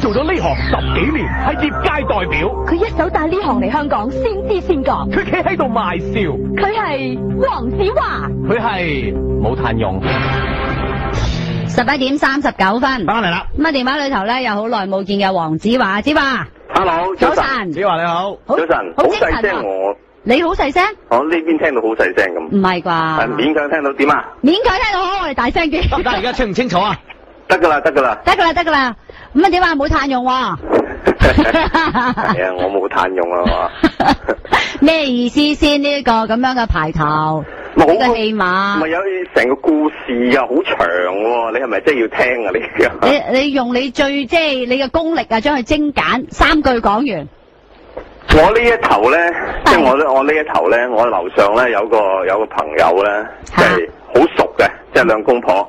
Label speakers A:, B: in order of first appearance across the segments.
A: 做咗呢行十幾年，係業界代表。
B: 佢一手帶呢行嚟香港，先知先覺。
A: 佢企喺度賣笑，
B: 佢係黃子華。
A: 佢係冇炭用。
C: 十一點三十九分。
A: 翻嚟啦
C: 咁啊，電話裏頭咧有好耐冇見嘅黃子華，子華，
D: Hello，
C: 早
D: 早晨，
C: 晨，
A: 子華你好，
C: 好
D: 早晨，
C: 好
D: 好
C: 精
D: 細
C: 神啊
D: 聲！我，
C: 你好細聲，
D: 我呢邊聽到好細聲
C: 唔
D: 咁，
C: 係
D: 係
C: 啩？
D: 勉強聽到點啊？
C: 勉強聽到，好我哋大聲
A: 得唔得？
C: 啲。，
A: 而家清唔清楚啊？
D: 得噶啦，得噶啦
C: 得噶啦，得噶啦。咁啊，點啊？冇炭用喎。
D: 係啊，我冇炭用 啊嘛，
C: 咩意思先？呢個咁樣嘅排頭，
D: 冇
C: 呢個戲碼
D: 咪，有成個故事啊，好長喎，你係咪真係要聽啊？呢個
C: 你你用你最即係你嘅功力啊，將佢精簡，三句講完。
D: 我呢一頭咧，即係我呢我呢一頭咧，我樓上咧有個有個朋友咧，即係好熟嘅，即係兩公婆，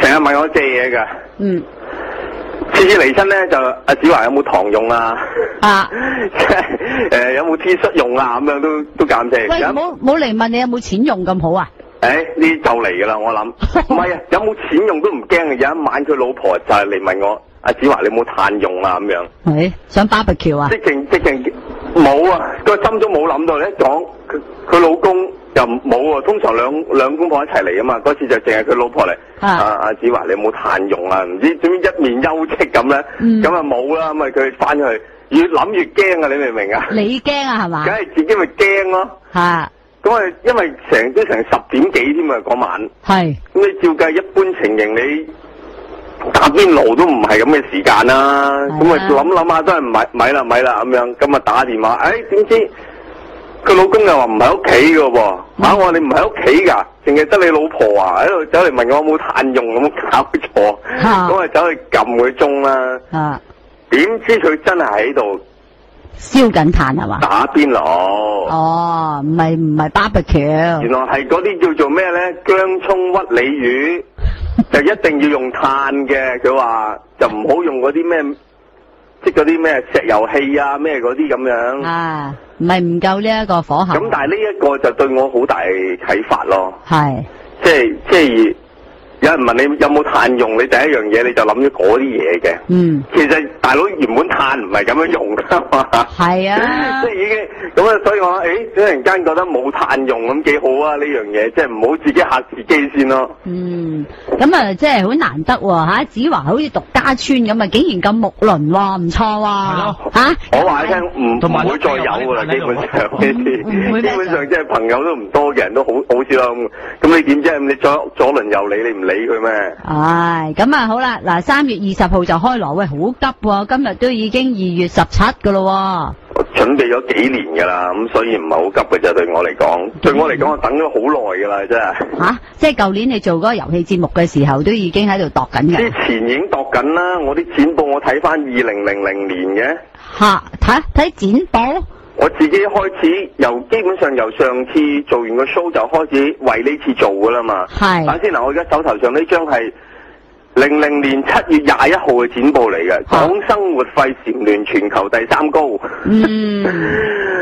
D: 成日問我借嘢㗎。
C: 嗯
D: 次次嚟親咧就阿子華有冇糖用啊？
C: 啊，
D: 即係 誒呃有冇 T 恤用啊？咁樣都都減啫。
C: 喂，冇冇嚟問你有冇錢用咁好啊？
D: 誒哎呢就嚟噶啦，我 諗。唔係啊，有冇錢用都唔驚嘅。有一晚佢老婆就係嚟問我：阿子華你有冇炭用啊？咁樣，
C: 喂，想 barbecue 啊？
D: 即情即情冇啊，個心都冇諗到。你一講佢佢老公又冇喎、通常兩兩公婆一齊嚟啊嘛。嗰次就淨係佢老婆嚟。
C: 啊
D: 啊阿子華你有冇炭用啊？唔知點知一面休戚咁咧，
C: 嗯
D: 咁啊冇啦，咁啊佢翻去越諗越驚啊！你明唔明啊？
C: 你驚啊？係嘛
D: 梗？係自己咪驚咯。
C: 吓，
D: 咁啊，因為成都成十點幾添啊，嗰晚。
C: 係
D: 咁你照計一般情形，你打邊爐都唔係咁嘅時間啦。
C: 係啊
D: 咁啊諗諗下都係唔係咪啦咪啦咁樣，咁啊打電話，誒、點知佢老公又話唔喺屋企嘅喎，嚇我話你唔喺屋企㗎，淨係得你老婆啊喺度走嚟問我有冇炭用咁搞錯，
C: 啊
D: 咁啊走去撳佢鐘啦，
C: 啊，
D: 點知佢真係喺度
C: 燒緊炭係嘛？
D: 打邊爐。
C: 哦，唔係唔係 barbecue，
D: 原來係嗰啲叫做咩咧？姜葱屈鯉魚就一定要用炭嘅，佢話就唔好用嗰啲咩，即係嗰啲咩石油氣啊咩嗰啲咁樣。
C: 啊，唔係唔夠呢一個火候。
D: 咁但係呢一個就對我好大啟發咯，
C: 係
D: 即係即係有人問你有冇炭用，你第一樣嘢你就諗咗嗰啲嘢嘅。
C: 嗯
D: 其實大佬原本炭唔係咁樣用噶嘛。
C: 係啊
D: 即，係已經咁啊，所以我話誒，突然間覺得冇炭用咁幾好啊！呢樣嘢即係唔好自己嚇自己先咯。
C: 嗯，咁啊，即係好難得喎吓，子華好似獨家村咁啊，竟然咁木輪喎，唔錯
A: 咯
C: 喎，吓
D: 我話你聽，唔
A: 同埋
D: 唔會再有噶啦，基本上呢
C: 唔會
D: 啲，
C: 咩
D: 基本上即係朋友都唔多嘅人都好好少啦咁。咁你點啫？你左左輪右理，你唔理佢咩？
C: 唉，咁啊好啦，嗱，三月二十號就開鑼，喂，好急喎，今日都已經二月十七噶咯
D: 我準備咗幾年噶啦，咁所以唔係好急嘅啫。對我嚟講，對我嚟講，我等咗好耐噶啦，真係。
C: 喎，吓，即係舊年你做嗰個遊戲節目嘅時候，都已經喺度度緊
D: 之
C: 嘅，
D: 前已經度緊啦，我啲錢報我睇翻二零零零年嘅。
C: 吓，睇睇展報。
D: 我自己開始由基本上由上次做完個 show 就開始為呢次做噶啦嘛。
C: 係
D: 等先嗱，我而家手頭上呢張係零零年七月廿一號嘅展報嚟嘅，
C: 嚇
D: 講生活費蟬聯全球第三高。
C: 嗯，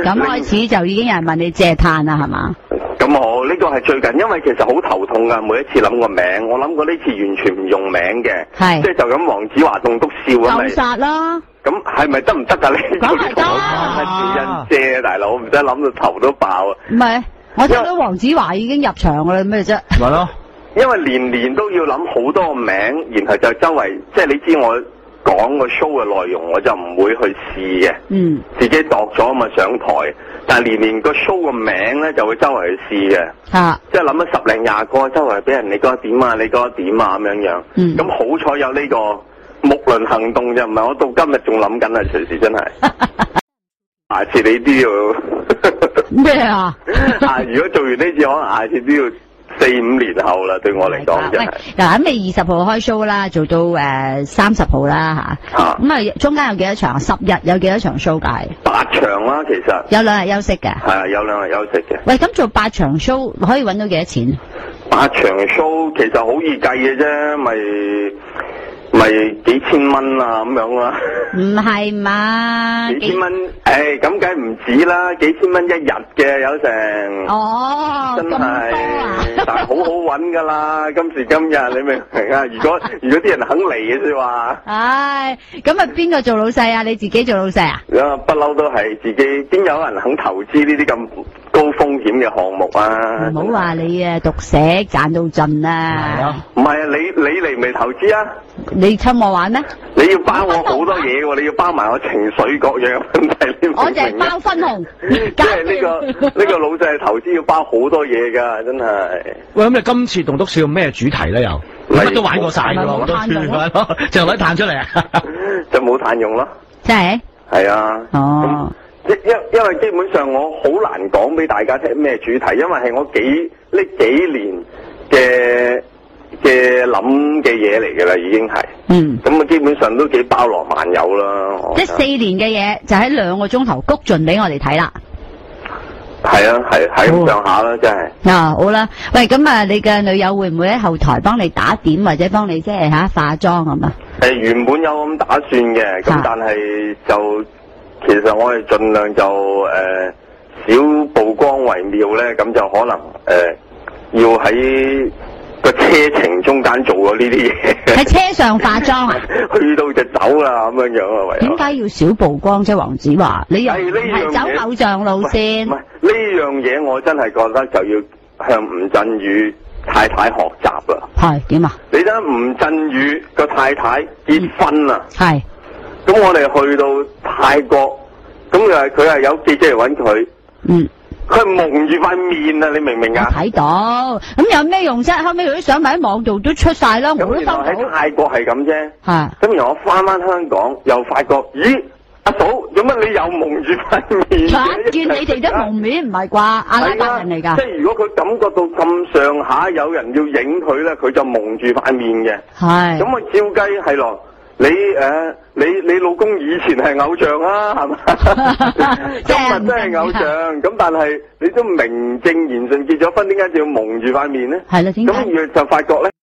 C: 咁開始就已經有人問你借炭啦，係嘛？
D: 咁我呢個係最近，因為其實好頭痛噶，每一次諗個名，我諗過呢次完全唔用名嘅，
C: 係
D: 即係就咁黃子華棟篤笑啊咁咪
C: 就，殺啦，
D: 咁係咪得唔得㗎？你
C: 梗 係得啦
D: 啦，趙欣姐大佬唔使諗到頭都爆啊！
C: 唔係，我聽到黃子華已經入場㗎啦，咩啫？
A: 咪咯，
D: 因為年年都要諗好多個名，然後就周圍，即係你知我講個 show 嘅內容，我就唔會去試嘅，
C: 嗯，
D: 自己度咗咪上台。但係年年個 show 個名咧就會周圍去試嘅，
C: 嚇，
D: 即係諗咗十零廿個，周圍俾人你覺得點啊，你覺得點啊咁樣樣。
C: 嗯
D: 咁好彩有呢個木輪行動就唔係我到今日仲諗緊啊，隨時真係。下次你都要
C: 咩啊？
D: 啊！如果做完呢次，可能下次都要四五年後啦。對我嚟講，真
C: 喂
D: 係。，
C: 嗱咁你二十號開 show 啦，做到誒三十號啦嚇，
D: 啊
C: 咁啊中間有幾多場？十日有幾多場 show 㗎？
D: 八場啦，其實係
C: 有兩日休息嘅。
D: 啊，有兩日休息嘅。
C: 喂，咁做八場 show 可以揾到幾多錢？
D: 八場 show 其實好易計嘅啫，咪咪幾千蚊啊咁樣啦，
C: 唔係嘛？
D: 幾千蚊，诶咁梗係唔止啦，幾千蚊一日嘅有成。
C: 哦，
D: 真
C: 咁多啊！
D: 係，但係好好揾噶啦，今時今日你明唔明啊？如果如果啲人肯嚟嘅啫話，
C: 唉，咁啊，邊個做老細啊？你自己做老細啊？
D: 啊不嬲都係自己，邊有人肯投資呢啲咁高風險嘅項目啊？
C: 唔好話你啊，讀寫賺到盡
A: 係
C: 啊！
A: 啊，
D: 唔係啊，你你嚟唔嚟投資啊？
C: 你侵我玩咩？
D: 你要包我好多嘢喎，你要包埋我情緒各樣嘅問題，你明
C: 我
D: 唔
C: 就係
D: 明啊
C: 包？分紅，
D: 即係 呢個呢個老細投資要包好多嘢㗎，真係。
A: 喂，咁你今次棟篤笑咩主題咧？又乜都玩過晒㗎
C: 咪
A: 咯，
C: 冇炭用咯
A: 就女彈出嚟啊！
D: 就冇碳用咯，
C: 真係
D: 係啊。
C: 哦，
D: 因因因為基本上我好難講俾大家聽咩主題，因為係我幾呢幾年嘅嘅諗嘅嘢嚟㗎啦，已經係。
C: 嗯，
D: 咁啊，基本上都幾包羅萬有啦。我
C: 即係
D: 覺得
C: 四年嘅嘢就喺兩個鐘頭谷盡俾我哋睇啦。
D: 係啊，係係咁上下啦，真係。
C: 嗱、好啦，喂，咁啊，你嘅女友會唔會喺後台幫你打點或者幫你即係吓化妝咁啊？
D: 誒呃原本有咁打算嘅，咁
C: 啊
D: 但係就其實我哋盡量就誒、少曝光為妙咧，咁就可能誒、要喺個車程中間做咗呢啲
C: 喺
D: 嘢，
C: 車上化妝啊？
D: 去到就走啦咁樣樣啊，唯
C: 點。
D: 有
C: 解要小曝光啫？黃子華，你又
D: 係
C: 唔
D: 呢樣
C: 係
D: 嘢
C: 走偶像路
D: 唔係
C: 線
D: 呢樣嘢，我真係覺得就要向吳鎮宇太太學習啦。
C: 係點啊？
D: 你睇下吳鎮宇個太太結婚啊啦。
C: 係
D: 咁我哋去到泰國，咁又係佢係有記者嚟揾佢，
C: 嗯。
D: 佢係蒙住塊面啊！你明唔明
C: 我
D: 啊？
C: 睇到，咁有咩用啫？後尾佢啲相咪喺網度都出晒啦，我
D: 咁
C: 都收
D: 原來喺
C: 到。
D: 泰國係咁啫，
C: 嚇，
D: 咁然後我翻翻香港又發覺，咦，阿嫂，做乜你又蒙住塊面嘅？
C: 搶見你哋都蒙面唔係啩？阿拉伯人嚟
D: 係啊即
C: 㗎，
D: 係如果佢感覺到咁上下有人要影佢咧，佢就蒙住塊面嘅。咁
C: 係？
D: 啊，照計係咯。你誒、呃你你老公以前係偶像啊，係嘛今日真係偶像，咁但係你都名正言順結咗婚，點解仲要蒙住塊面咧？
C: 係啦，點
D: 咁
C: 解？
D: 越就發覺咧。